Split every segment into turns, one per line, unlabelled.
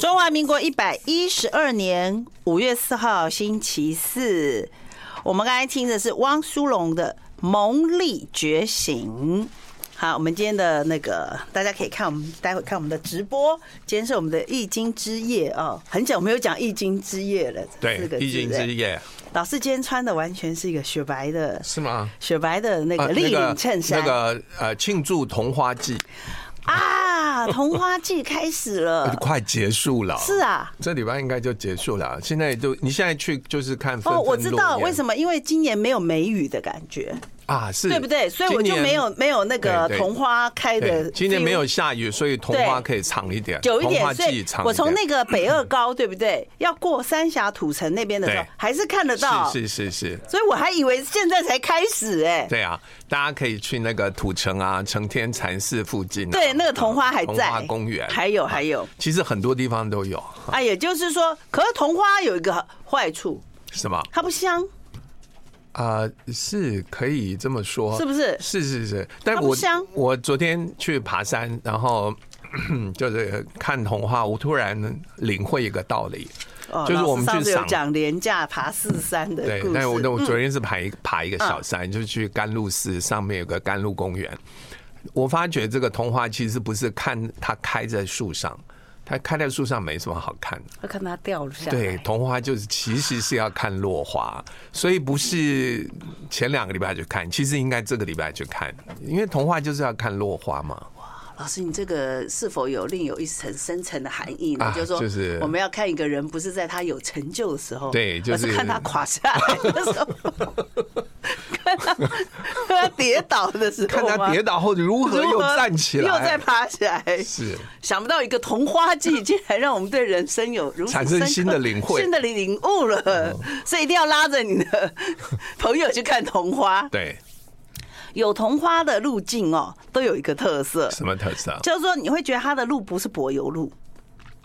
中华民国一百一十二年五月四号星期四，我们刚才听的是汪苏泷的《蒙力觉醒》。好，我们今天的那个大家可以看我们待会看我们的直播，今天是我们的易经之夜哦，很久没有讲易经之夜了，四
对
个，字
易经之
对
夜
老师今天穿的完全是一个雪白的
是吗？
雪白的那
啊
个立领衬衫
那个那个呃，庆祝同花季，
啊，桐花季开始了
快结束了，
嗯是啊。
这礼拜应该就结束了。现在就你现在去就是看纷
哦，
纷
我知道
落叶
为什么，因为今年没有梅雨的感觉，
啊，是
对不对？所以我就
今年
没有没有那个
对对
桐花开的
对，。今年没有。下雨，所以桐花
对
可以长一点，
久一
桐
点，
花
所以
季长一点。
我从那个北二高，对不 对？要过三峡土城那边的时候
对，
还是看得到。
是是是是，
所以我还以为现在才开始哎、
对啊，大家可以去那个土城啊、承天禅寺附近、啊，
对，那个桐花还
桐
在。
花公园啊
还有还有，
其实很多地方都有，
啊，也就是说，可是桐花有一个坏处，
是吗？
它不香，
啊、是可以这么说，
是不是
是是是，但
它不
我
香
我昨天去爬山，然后 就是看童话，我突然领会一个道理，
哦
就是
老师
我们
上
去
次有
赏。
讲廉价爬四山的
对
故，
但我
事，嗯
那我昨天是爬一爬一个小山，就是去甘露寺上面有个甘露公园。我发觉这个童话其实不是看它开在树上，它开在树上没什么好看的。
要看它掉了下来。
对，桐花就是其实是要看落花，所以不是前两个礼拜就看，其实应该这个礼拜就看，因为桐花就是要看落花嘛。
老师，你这个是否有另有一层深层的含义呢？
啊
就是说，
就是
我们要看一个人，不是在他有成就的时候，
对就
而是
是
看他垮下来的时候， 看他看他跌倒的时候
看
吗，
他跌倒后如何又站起来，
又再爬起来，
是
想不到一个桐花季，竟然让我们对人生有如此
产生
深刻
新的领会哦
新的领领悟了。所以一定要拉着你的 朋友去看桐花。
对，
有桐花的路径哦，都有一个特色，
什么特色？
就是说你会觉得它的路不是柏油路。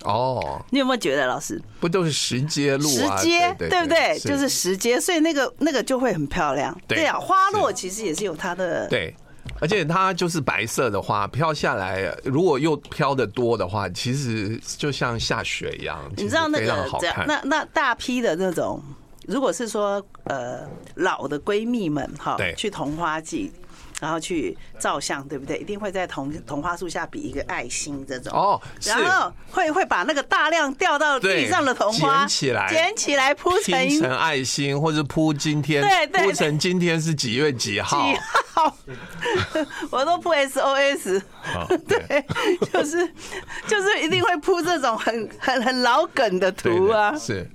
哦，
你有没有觉得，老师？
不都是石阶路
石
啊？
阶
对
不对？就是石阶，所以那个那个就会很漂亮。
对
对啊，花落
是
其实也是有它的。
对。而且它就是白色的花飘下来，如果又飘的多的话，其实就像下雪一样，
你知道那
其实非常
个
好
这样
看，
那那大批的那种，如果是说呃老的闺蜜们哈
对，
去桐花季，然后去照相，对不对？一定会在桐桐花树下比一个爱心这种。
哦是
然后会会把那个大量掉到地
对
上的桐花
捡起来
捡起来铺成
拼成爱心，或者铺今天，
对对
铺成今天是几月几号？
几号？ 我都铺 SOS。
啊
对，就是就是一定会铺这种很很很老梗的
对
图啊
对，是。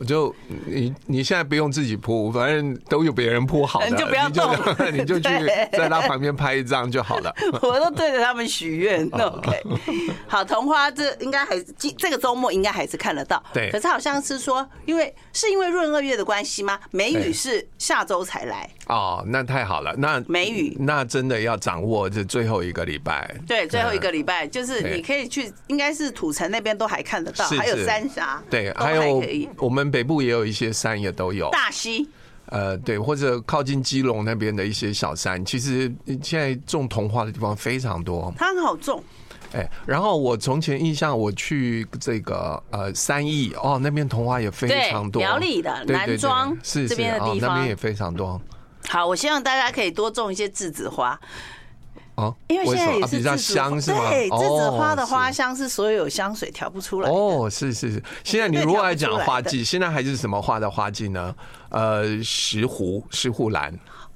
我就你你现在不用自己铺，反正都有别人铺好的，
嗯你就不要动
你就去
对
在他旁边拍一张就好了。
我都对着他们许愿。OK，好，桐花这应该还是今这个周末应该还是看得到。
对
可是好像是说，因为是因为闰二月的关系吗？梅雨
对
是下周才来，
哦，那太好了，那
梅雨
那真的要掌握这最后一个礼拜。
对，最后一个
嗯
礼拜就是
对
你可以去，应该是土城那边都还看得到，
是
还有
是
三峡，
对，
都
还有
可以
我们北部也有一些山也都有，
大溪。
呃，对，或者靠近基隆那边的一些小山，其实现在种桐花的地方非常多。
它很好种，
哎，然后我从前印象，我去这个呃三义哦，那边桐花也非常多，
对苗栗的
对对
南
对
庄
是
这
是
边的
哦
地
那
方
边也非常多
好，我希望大家可以多种一些栀子花，
哦，
因为现
什
在
么
也
啊
是栀
比较
子花
香是吗？
对，栀子花的
哦
花
是
香是所有香水调不出来的。
哦，是是是，现 在你如果要讲花季，现在还是什么花的花季呢？呃，石斛、石斛兰，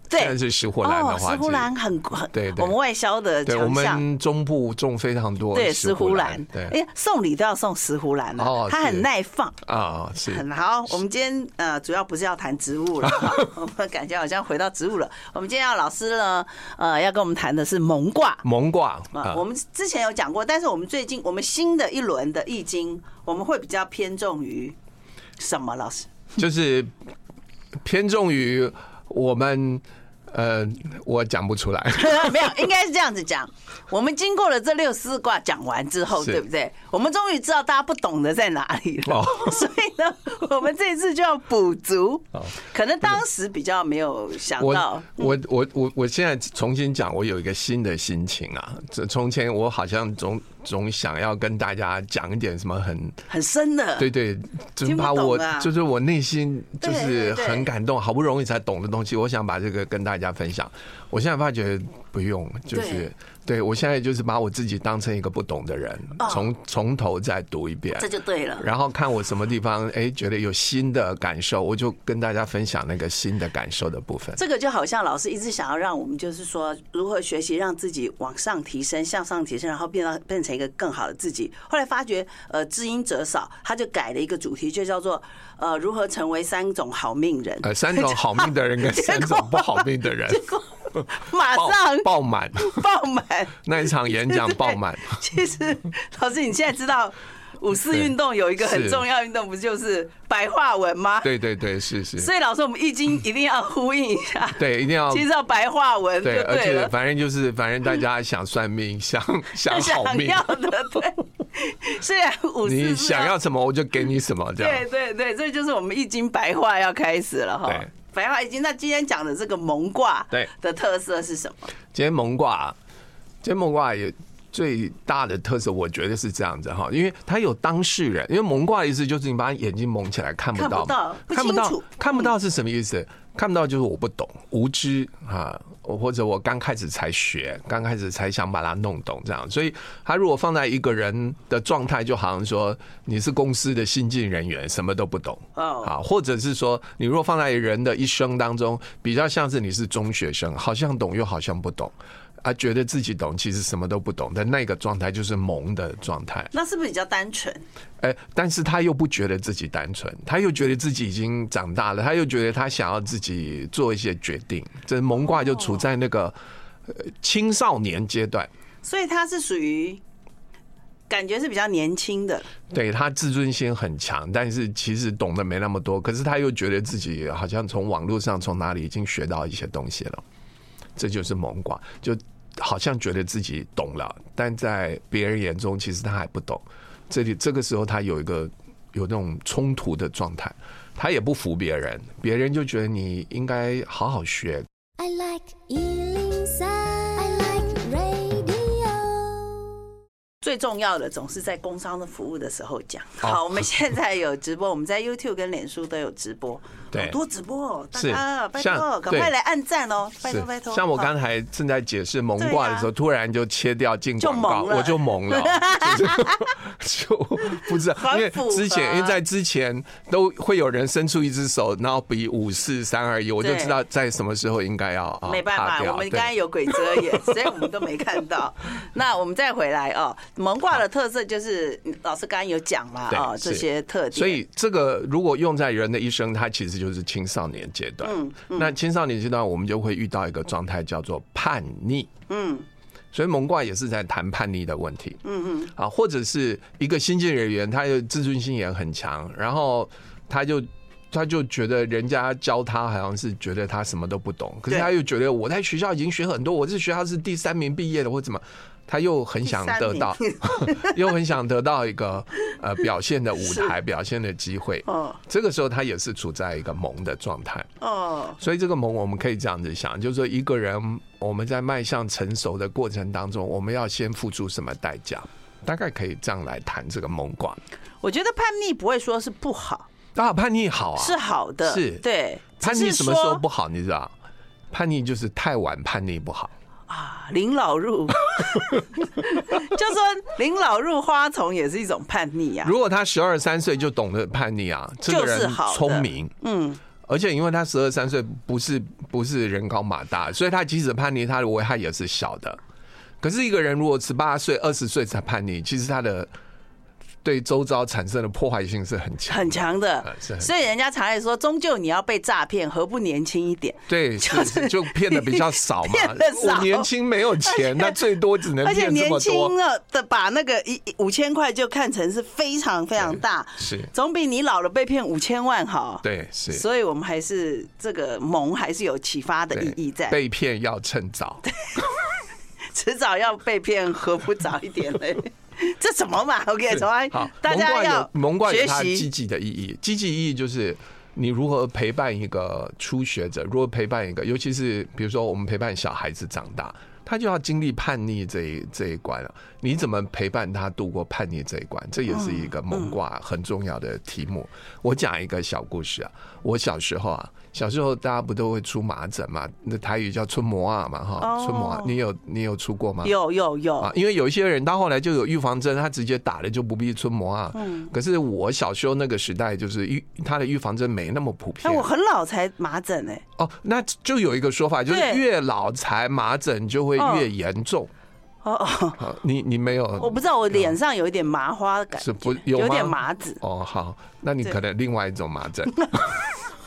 对
现在是石斛兰的
哦，
花
石斛兰
季。
很很，
对对
我们外销的
对，我
强项。
们中部种非常多
对石
石
斛
斛
兰
兰，，
哎
对
呀，送礼都要送石斛兰啊
哦，
它很
是
耐放，
啊，是
很好。我们今天呃，主要不是要谈植物 了，哈我们感觉好像回到植物了。我们今天要老师呢，呃，要跟我们谈的是蒙卦
蒙卦
啊
啊。
我们之前有讲过，但是我们最近我们新的一轮的易经，我们会比较偏重于什么？老 师，
就是偏重于我们，呃，我讲不出来。
没有，应该是这样子讲。我们经过了这六十四卦讲完之后，
是
对不对？我们终于知道大家不懂的在哪里了。
哦哦
所以呢，我们这一次就要补足。可能当时比较没有想到嗯
我，我我我我现在重新讲，我有一个新的心情啊。这从前我好像总总想要跟大家讲一点什么很
很深的，
对对，
嗯
就是
听不
把我
懂啊
就是我内心就
对对
是
对
很感动，好不容易才懂的东西，我想把这个跟大家分享。我现在发觉不用，就是对我现在就是把我自己当成一个不懂的人，
哦
从从头再读一遍
这。就对了。
然后看我什么地方，哎，觉得有新的感受，我就跟大家分享那个新的感受的部分。
这个就好像老师一直想要让我们，就是说如何学习让自己往上提升、向上提升，然后变到变成一个更好的自己。后来发觉，呃，知音者少，他就改了一个主题，就叫做呃如何成为三种好命人。
呃，三种好命的人跟
结果
三种不好命的人，
马
爆
上
爆满，
爆满。
那一场演 讲
对
爆满。
其实，老师，你现在知道五四运动有一个很
是
重要运动，不就是白话文吗？。
对对对，是是，
所以，老师，我们易经一定要呼应一下，
对，一定要
其实要白话文就
对，而
对
且
了。
反正就是，反正大家想算命，想 想好
想
命，
要的，对。 虽然五四
你
是啊
想要什么我就给你什么，这
对
样
对对，这就是我们易经白话要开始了哈
对。
白话易经，那今天讲的这个蒙卦
对
的特色是什么？
今天蒙卦，今天蒙卦也最大的特色，我觉得是这样子哈，因为它有当事人，因为蒙卦的意思就是你把眼睛蒙起来看不到嘛，
看
看
不到不
不
清
到
楚，
看不到是什么意思？看不到就是我不懂、无知啊，我或者我刚开始才学，刚开始才想把它弄懂这样，所以他如果放在一个人的状态，就好像说你是公司的新进人员，什么都不懂
哦
啊，或者是说你如果放在人的一生当中，比较像是你是中学生，好像懂又好像不懂。啊，觉得自己懂，其实什么都不懂的那个状态，就是懵的状态。
那是不是比较单纯？
哎，但是他又不觉得自己单纯，他又觉得自己已经长大了，他又觉得他想要自己做一些决定。这蒙卦就处在那个呃青少年阶段，
所以它是属于感觉是比较年轻的，
对他自尊心很强，但是其实懂得没那么多，可是他又觉得自己好像从网络上从哪里已经学到一些东西了，这就是蒙卦，就好像觉得自己懂了，但在别人眼中其实他还不懂。这里这个时候他有一个有那种冲突的状态，他也不服别人，别人就觉得你应该好好学，
I like Ealing Sound. I like radio.
最重要的总是在工商的服务的时候讲。
哦
好，我们现在有直播，我们在 YouTube 跟脸书都有直播，
对
好多直播哦，大
是
家拜
像
托，赶
对
快来按赞哦，拜托
是
拜托。
像我
哦
刚才正在解释蒙卦的时
对
候，突然就切掉进广告，
就懵了
我就懵了， 就是 就不知道，
很
因为
符合
之前因为在之前都会有人伸出一只手，然后比五四三二一，我就
对
知道在什么时候应该要啊
没办
趴
法，
掉
我们
对
刚才有鬼遮眼， 所以我们都没看到。那我们再回来哦，蒙卦的特色就是老师刚刚有讲嘛，
对
哦，
是
这些特点。
所以这个如果用在人的一生，它其实就是青少年阶段。那青少年阶段，我们就会遇到一个状态叫做叛逆。嗯，所以蒙卦也是在谈叛逆的问题。嗯嗯，啊，或者是一个新进人员，他的自尊心也很强，然后他就。他就觉得人家教他好像是觉得他什么都不懂，可是
对
他又觉得我在学校已经学很多，我这学校是第三名毕业的或怎么，他又很想得到， 又很想得到一个呃表现的舞台、表现的机会。
哦
这个时候他也是处在一个萌的状态，
哦，
所以这个萌我们可以这样子想，就是说一个人我们在迈向成熟的过程当中，我们要先付出什么代价？大概可以这样来谈这个萌卦。
我觉得叛逆不会说是不好，
啊，叛逆好啊，
是好的，
是
对。
叛
只
逆
是
什么时候
说
不好？你知道，叛逆就是太晚叛逆不好。
啊？临老 入，就说临老入花丛也是一种叛逆呀、啊。
如果他十二三岁就懂得叛逆啊，这个
就是
人
好的
聪明，
嗯，
而且因为他十二三岁不是不是人高马大，所以他即使叛逆，他的危害也是小的。可是一个人如果十八岁、二十岁才叛逆，其实他的对周遭产生的破坏性是很强，
很强的
呃，是很
所以人家常爱说，终究你要被诈骗，何不年轻一点？
对，
就是
是就骗的比较少 嘛
骗得。少
我年轻没有钱，那最多只 能
而且
骗这
年
么
轻啊
多。
了的把那个一一五千块就看成是非常非常大，
是
总比你老了被骗五千万好。，
对，是
所以我们还是这个萌还是有启发的
对
意义在，
被骗要趁 早。
迟早要被骗，何不早一点嘞？ 这什么嘛？OK，从来
好，
大家要
蒙卦有蒙卦
学
有它积
习，
极的意义，积极意义就是你如何陪伴一个初学者，如何陪伴一个，尤其是比如说我们陪伴小孩子长大，他就要经历叛逆这一这一关了。你怎么陪伴他度过叛逆这一关？这也是一个蒙卦很重要的题目。我讲一个小故事啊，我小时候啊，小时候大家不都会出麻疹嘛？那台语叫春魔啊嘛，哈，
哦
春魔啊，你有你有出过吗？
有有有
啊，，因为有一些人他后来就有预防针，他直接打了就不必春膜啊。
嗯
可是我小时候那个时代，就是预他的预防针没那么普
哎，
遍。
我很老才麻疹哎，
哦，那就有一个说法，就是
对
越老才麻疹就会越严重。
哦哦，
啊你你没有？
我不知道，我脸上有一点麻花的感觉，
嗯是不有
有
吗
点麻子，
哦，好，那你
对
可能另外一种麻疹。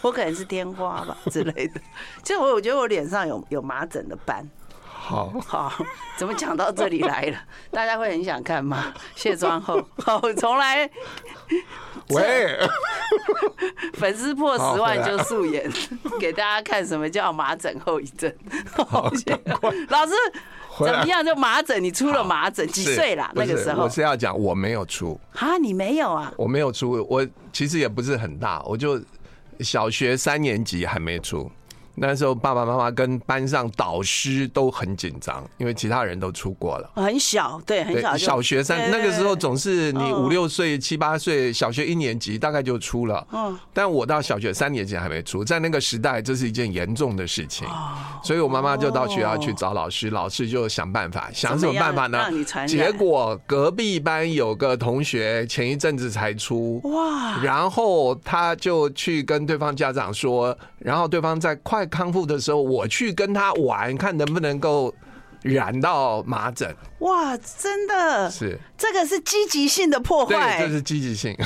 我可能是天花吧之类的。 就我我觉得我脸上有有麻疹的斑。
好，
好，怎么讲到这里来 了？大家会很想看吗？卸妆后，好，从来
喂，
粉丝破
好
十万
回来
就素颜， 给大家看什么叫麻疹后遗 症。谢谢 老师
回
怎
来
么样？就麻疹，你出了麻疹几
是
岁啦？
不
那个
是
时候
我是要讲我没有出，
啊，你没有啊？
我没有出，我其实也不是很大，我就小学三年级还没出。那时候爸爸妈妈跟班上导师都很紧张，因为其他人都出国了。
很小，对，很
对
小，就
小学
对
三
对
那个时候
对
总是你
嗯
五六岁、七八岁，小学一年级大概就出了。
嗯
但我到小学三年级还没出，在那个时代这是一件严重的事情，
哦
所以我妈妈就到学校去找老师，老师就想办法，想什么办法
哦怎么样让你
呢？
传染
结果隔壁班有个同学前一阵子才出，
哇，
然后他就去跟对方家长说，然后对方在快康复的时候，我去跟他玩，看能不能够染到麻疹。
哇，真的，
是，
这个是积极性的破
对，
坏
这。是积极性。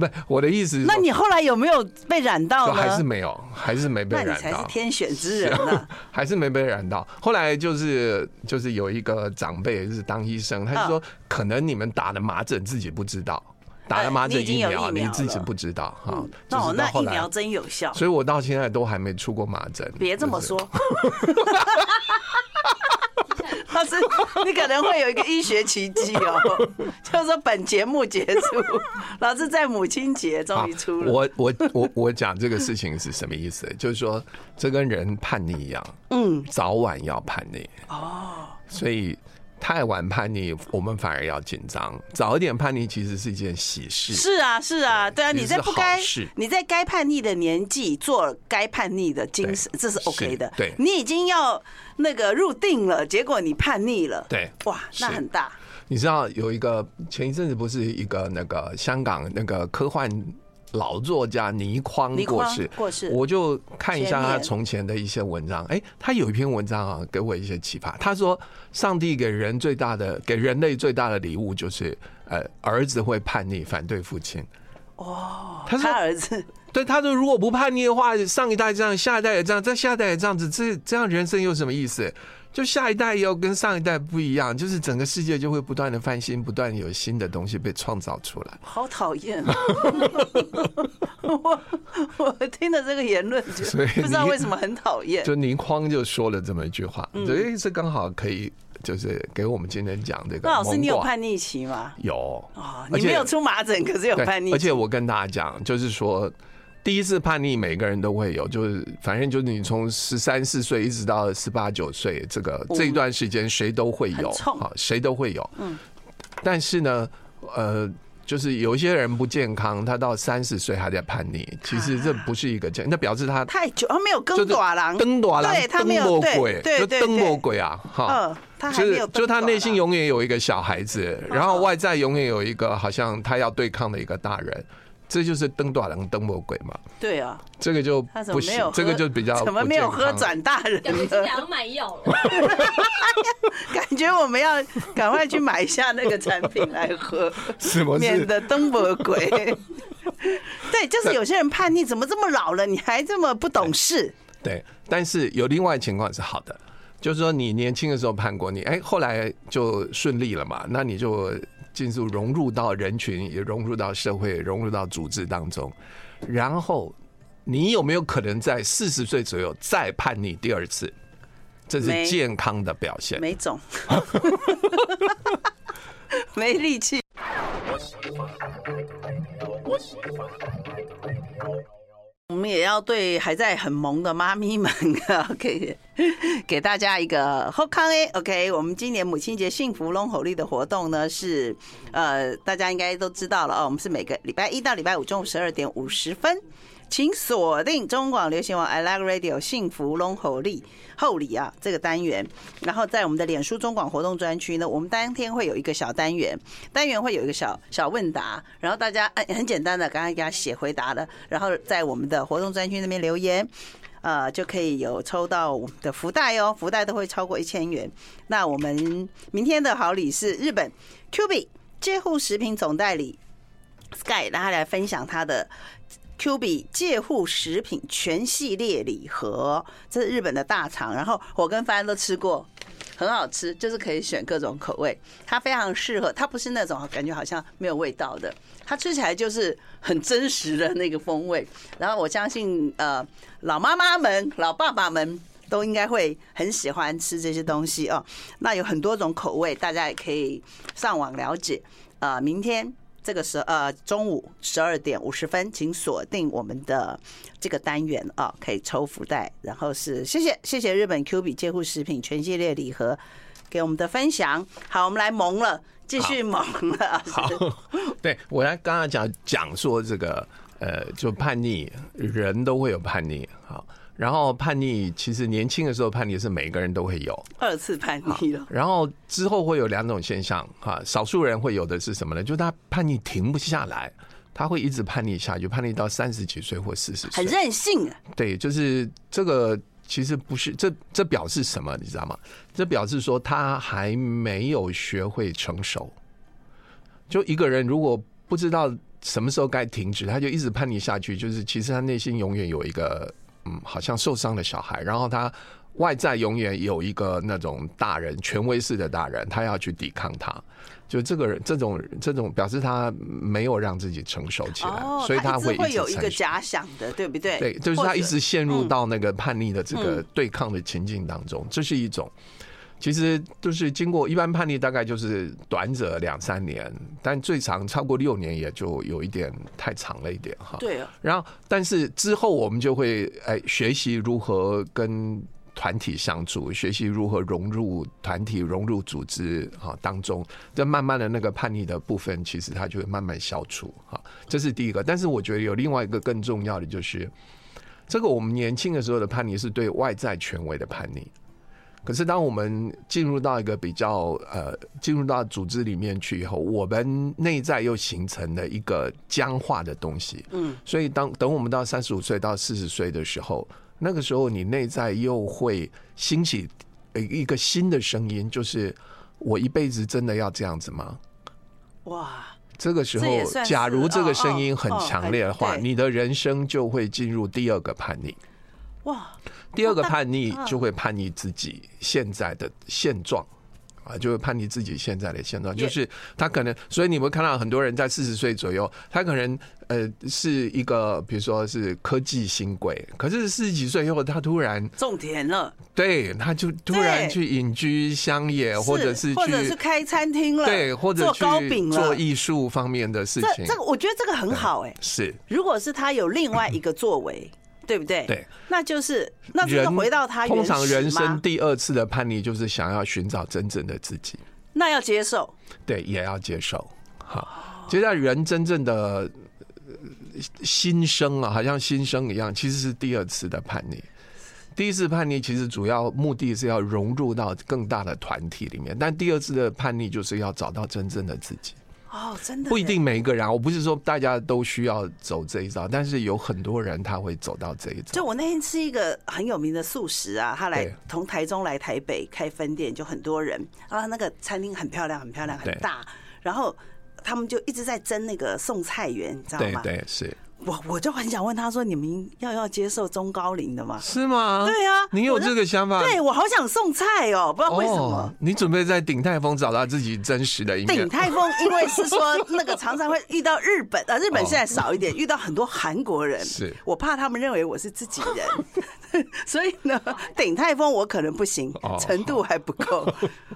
不，我的意思是说，
那你后来有没有被染到
就
呢？
还是没有，还是没被
那
染
你
到，
才是天选之人啊！
还是没被染到。后来就是就是有一个长辈就是当医生，他就
嗯
说可能你们打的麻疹自己不知道，打了麻
呃
疹
你已经
疫
有
苗
疫苗
你自己
了
不知道哈。就
哦，
是到
那
后
疫
来
苗真有效，
所以我到现在都还没出过麻疹。
别这么
就是
说。但是你可能会有一个医学奇迹哦， 就是说本节目结束，老师在母亲节终于出了。
啊我我我 我讲这个事情是什么意思？就是说，这跟人叛逆一样，
嗯，
早晚要叛逆哦。所以太晚叛逆，我们反而要紧张。早一点叛逆其实是一件喜事。
是啊，是啊，对啊，
其
你
实
在
是
不
好
该
事
你在该叛逆的年纪做该叛逆的精神，
对
这是 OK 的。
是对
你已经要那个入定了，结果你叛逆了，
对
哇，那
是
很大。
你知道有一个前一阵子不是一个那个香港那个科幻老作家倪匡
倪
过
匡
世，
过世
我就看一下
前
他
年
从前的一些文章。哎，他有一篇文章啊，给我一些启发。他说，上帝给人最大的给人类最大的礼物就是，呃，儿子会叛逆，反对父亲。哦，他
他
说，
儿子
对，他说如果不叛逆的话，上一代这样，下一代也这样，再下一代也这样子，这这样人生有什么意思？就下一代要跟上一代不一样，就是整个世界就会不断的翻新，不断地有新的东西被创造出来。
好讨厌 啊！我我听了这个言论，就
所以
不知道
你
为什么很讨厌。
就倪匡就说了这么一句话，所以这刚好可以就是给我们今天讲这个
那
蒙
老
卦。
师，你有叛逆期吗？
有
哦，
而
你没
且
有出麻疹，可是 有
对，
叛逆期，
而且我跟大家讲，就是说。第一次叛逆，每个人都会有，就是反正就是你从十三四岁一直到十八九岁，这个这一段时间谁都会有，
嗯很冲
好，谁都会有。嗯，但是呢，呃，就是有一些人不健康，他到三十岁还在叛逆，
啊
其实这不是一个健，那表示他
太久，他没有更
就是
寡狼，
登短郎，
对他没
登
有
魔
对
鬼，
对
就
对
登魔
对
鬼啊，哈
嗯，他还
就
没
是
有
就
登
他
短
内心
郎
永远有一个小孩子，然
嗯
后外在永远有一个好像他要对抗的一个大人，这就是登短郎登魔鬼嘛，
对啊，
这个就
他怎
不
么没
行
有喝？，
这个就比较
怎么
不
没有
健
喝
康
转大人
感觉
呢
这？两买药了，
感觉我们要赶快去买一下那个产品来 喝，
什么
免
是？
得登不鬼。 对，就是有些人叛逆，怎么这么老了，你还这么不懂事？
对，但是有另外情况是好的，就是说你年轻的时候叛国，你哎后来就顺利了嘛，那你就进入融入到人群，也融入到社会，融入到组织当中，然后你有没有可能在四十岁左右再叛逆第二次？这
没
是健康的表现。
没种，没力气。我们也要对还在很萌的妈咪们 ，OK，给大家一个后康诶，OK，我们今年母亲节幸福龙吼力的活动呢是，呃，大家应该都知道了哦，我们是每个礼拜一到礼拜五中午十二点五十分，请锁定中广流行网 I Like Radio 幸福龙吼力后里啊这个单元，然后在我们的脸书中广活动专区呢，我们当天会有一个小单元，单元会有一个小小问答，然后大家哎很简单的，刚才给他写回答的，然后在我们的活动专区那边留言，呃，就可以有抽到我们的福袋哦，福袋都会超过一千元。那我们明天的好礼是日本 Q B 介护食品总代理 Sky，让他来分享他的 Q B 介护食品全系列礼盒，这是日本的大厂，然后我跟帆都吃过，很好吃，就是可以选各种口味，它非常适合，它不是那种感觉好像没有味道的，它吃起来就是很真实的那个风味。然后我相信，呃，老妈妈们、老爸爸们。都应该会很喜欢吃这些东西哦。那有很多种口味，大家也可以上网了解。呃，明天这个时呃中午十二点五十分，请锁定我们的这个单元啊，可以抽福袋。然后是谢谢谢谢日本 Q 比介护食品全系列礼盒给我们的分享。好，我们来萌了，继续萌了。
好， 对我来刚刚讲讲说这个呃，就叛逆，人都会有叛逆，好，然后叛逆其实年轻的时候叛逆是每个人都会有，
二次叛逆了，
然后之后会有两种现象哈，少数人会有的是什么呢？就是他叛逆停不下来，他会一直叛逆下去，叛逆到三十几岁或四十
很
岁。
任性啊，
对，就是这个其实不是这这表示什么，你知道吗？这表示说他还没有学会成熟。就一个人如果不知道什么时候该停止，他就一直叛逆下去，就是其实他内心永远有一个嗯，好像受伤的小孩，然后他外在永远有一个那种大人权威式的大人，他要去抵抗他。就这个人，这种这种表示他没有让自己成熟起来，
哦，
啊所以
他一
会
直会有
一
一
直
个
产生
假想的，对不对？
对，就是他一直陷入
嗯
到那个叛逆的这个对抗的情境当中，这是一种。其实就是经过一般叛逆，大概就是短者两三年，但最长超过六年，也就有一点太长了一点哈。
或者对啊，
然后，但是之后我们就会哎学习如何跟团体相处，学习如何融入团体、融入组织啊当中。这慢慢的那个叛逆的部分，其实它就会慢慢消除啊。这是第一个。但是我觉得有另外一个更重要的就是，这个我们年轻的时候的叛逆是对外在权威的叛逆。可是，当我们进入到一个比较呃，进入到组织里面去以后，我们内在又形成了一个僵化的东西。嗯，所以当等我们到三十五岁到四十岁的时候，那个时候你内在又会兴起呃一个新的声音，就是我一辈子真的要这样子吗？
哇，
这个时候
这也算，是
假如这个声音
哦
很
哦
强烈的
哦
话，
对
你的人生就会进入第二个叛逆。
哇，
第二个叛逆
嗯
就会叛逆自己现在的现状。啊，就会叛逆自己现在的现状，
也
就是他可能，所以你会看到很多人在四十岁左右，他可能呃是一个，比如说是科技新贵，可是四十几岁以后，他突然
种田了，
对，他就突
对
然去隐居乡野，呃或者是
或者是
去
开餐厅了，
对，或者
做
去
糕饼了，
做艺术方面的事
这
情
这，个我觉得这个很好哎、
是
如果是他有另外一个作为，对不对？
嗯对，
那就是那真
人
的回到他原
通常
始
人生
吗？
第二次的叛逆就是想要寻找真正的自己。
那要接受，
对，也要接受。
哦
好，就像人真正的呃新生啊，好像新生一样，其实是第二次的叛逆。第一次叛逆其实主要目的是要融入到更大的团体里面，但第二次的叛逆就是要找到真正的自己。
哦，真的
不一
耶
定每一个人啊，我不是说大家都需要走这一招，但是有很多人他会走到这一
就
招。
我那天吃一个很有名的素食啊，他来
对
从台中来台北开分店，就很多人啊，那个餐厅很漂亮，很漂亮，很
对
大，然后。他们就一直在争那个送菜员，你知道
对
吗？
对是
我我就很想问他说：“你们要要接受中高龄的吗
是吗？
对啊
你有
我就
这个想？”法？
对我好想送菜哦，不知道为什么。
哦，你准备在鼎泰丰找到自己真实的一面
鼎。泰丰，因为是说那个常常会遇到日 本啊，日本现在少一点，遇到很多韩国人，
是
我怕他们认为我是自己人， 所以呢，顶泰丰我可能不行
哦，
程度还不 够。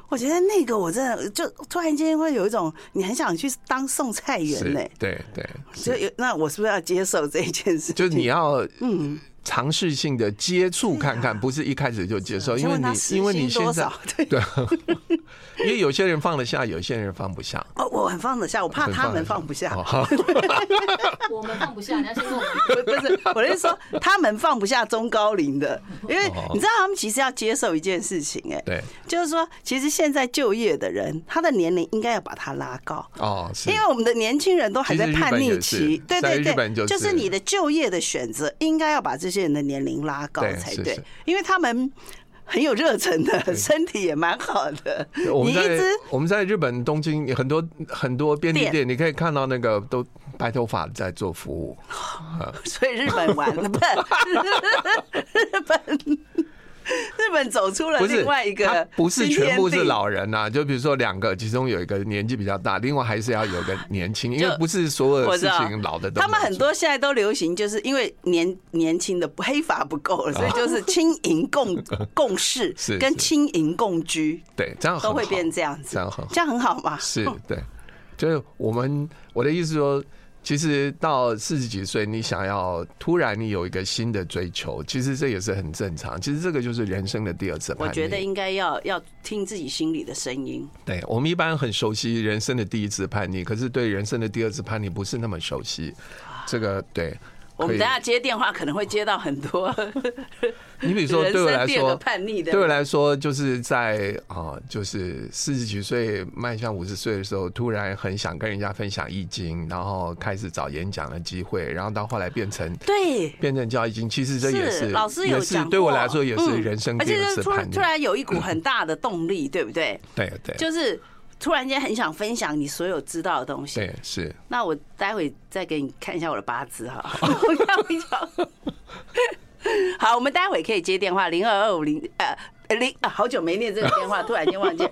我觉得那个我真的就突然间会有一种你很想去当送菜员呢、
是，对对，
就有那我是不是要接受这一件事情？
就是你要嗯尝试性的接触看
啊
看，不是一开始就接受，因
先
为
问他
你
时薪
因为你现
多
在
少对
对，因为有些人放得下，有些人放不下，
哦，我很放得下，我怕他们放不下
哦。好
我们放不下，你要先跟我们
不不是，我是说他们放不下中高龄的，因为你知道他们其实要接受一件事情、哎，
对
就是说，其实现在就业的人，他的年龄应该要把它拉高。
哦，是
因为我们的年轻人都还在叛逆
其实
期
日，本
对
也是在
对
日本就
对，
是
就是你的就业的选择应该要把这些人的年龄拉高
对
才
是
对
是，
因为他们很有热忱的，身体也蛮好的。
我
你
们
一
在
直
我们在日本东京很多很多便利店，
店
你可以看到那个都白头发在做服务，
所以日本完了，不 是日本日本走出了
不是
另外一
它
个，
不是全部是，老人呐、啊就比如说两个，其中有一个年纪比较大，另外还是要有个年轻，因为
就
不是所有
我
的
知
事
道
情老的都
他们
能
很多现在都流行，就是因为年年轻的黑发不够了，所以就是轻盈 共共事
啊是
跟
是
轻盈共居。
做对这样很
都会
好
变这样子，
这样很好
这样很好嘛？
是对，就是我们我的意思说，其实到四十几岁，你想要突然你有一个新的追求，其实这也是很正常。其实这个就是人生的第二次叛
我
逆。
觉得应该要要听自己心里的声音，
对我们一般很熟悉人生的第一次叛逆，可是对人生的第二次叛逆不是那么熟悉。这个对，
我
可以
们等下接电话可能会接到很多
你比如说，
人
对我
生
来
第二个
说，
叛逆的
对我来说，就是在啊、就是四十几岁迈向五十岁的时候，突然很想跟人家分享易经，然后开始找演讲的机会，然后到后来变成
对。
变成教易经，其实这也是
老师有
也是
讲过，
对我来说也是
嗯
人生
而
第
且就
二
是
次嗯
突
叛
然
逆
突，然有一股很大的动力，对不对？
对对
就是突然间很想分享你所有知道的东西。
对是，
那我待会再给你看一下我的八字哈， 我看我一下。好，我们待会可以接电话零二二五零呃零啊，好久没念这个电话，突然间忘记。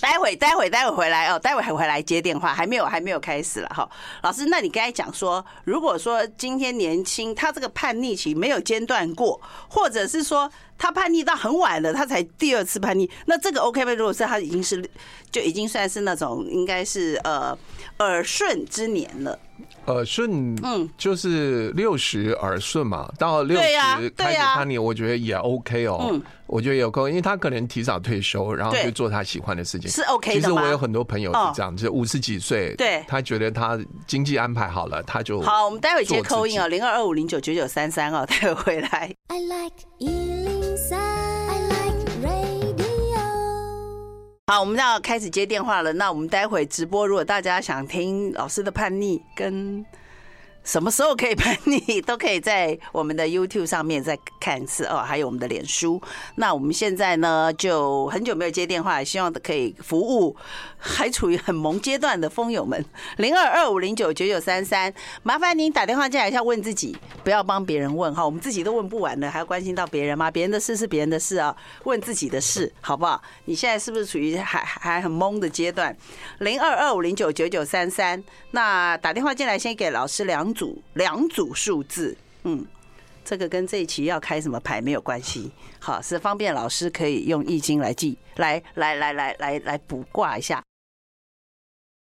待会，待会，待会回来哦，待会还回来接电话，还没有，还没有开始了哈。老师，那你刚才讲说，如果说今天年轻，他这个叛逆期没有间断过，或者是说他叛逆到很晚了，他才第二次叛逆，那这个 OK 呗？如果是他已经是就已经算是那种应该是呃耳顺之年了，
呃，顺，嗯
嗯，
就是六十耳顺嘛，到六
对呀
十
对
开始
呀
叛逆，我觉得也 OK 哦，
嗯
我觉得也 OK，因为他可能提早退休，然后
对
去做他喜欢的事情
是 OK 的
其实我
吗哦
有很多朋友是这样，就是五十几岁，
对
他觉得他经济安排好了，他就
好，我们待会接
哦做
扣
自己
印哦，零二二五零九九九三三哦， 待会回来。
I like Ealing Sound. I like radio.
好，我们要开始接电话了。那我们待会直播，如果大家想听老师的叛逆跟什么时候可以叛逆，都可以在我们的 YouTube 上面再看一次哦，还有我们的脸书。那我们现在呢，就很久没有接电话，希望可以服务还处于很萌阶段的风友们，零二二五零九九九三三，麻烦您打电话进来一下，问自己，不要帮别人问哈，我们自己都问不完了，还要关心到别人吗？别人的事是别人的事啊，问自己的事好不好？你现在是不是处于还还很懵的阶段？零二二五零九九九三三，那打电话进来先给老师两组两组数字，嗯。这个跟这一期要开什么牌没有关系，好是方便老师可以用易经来记，来来来来来来卜卦一下。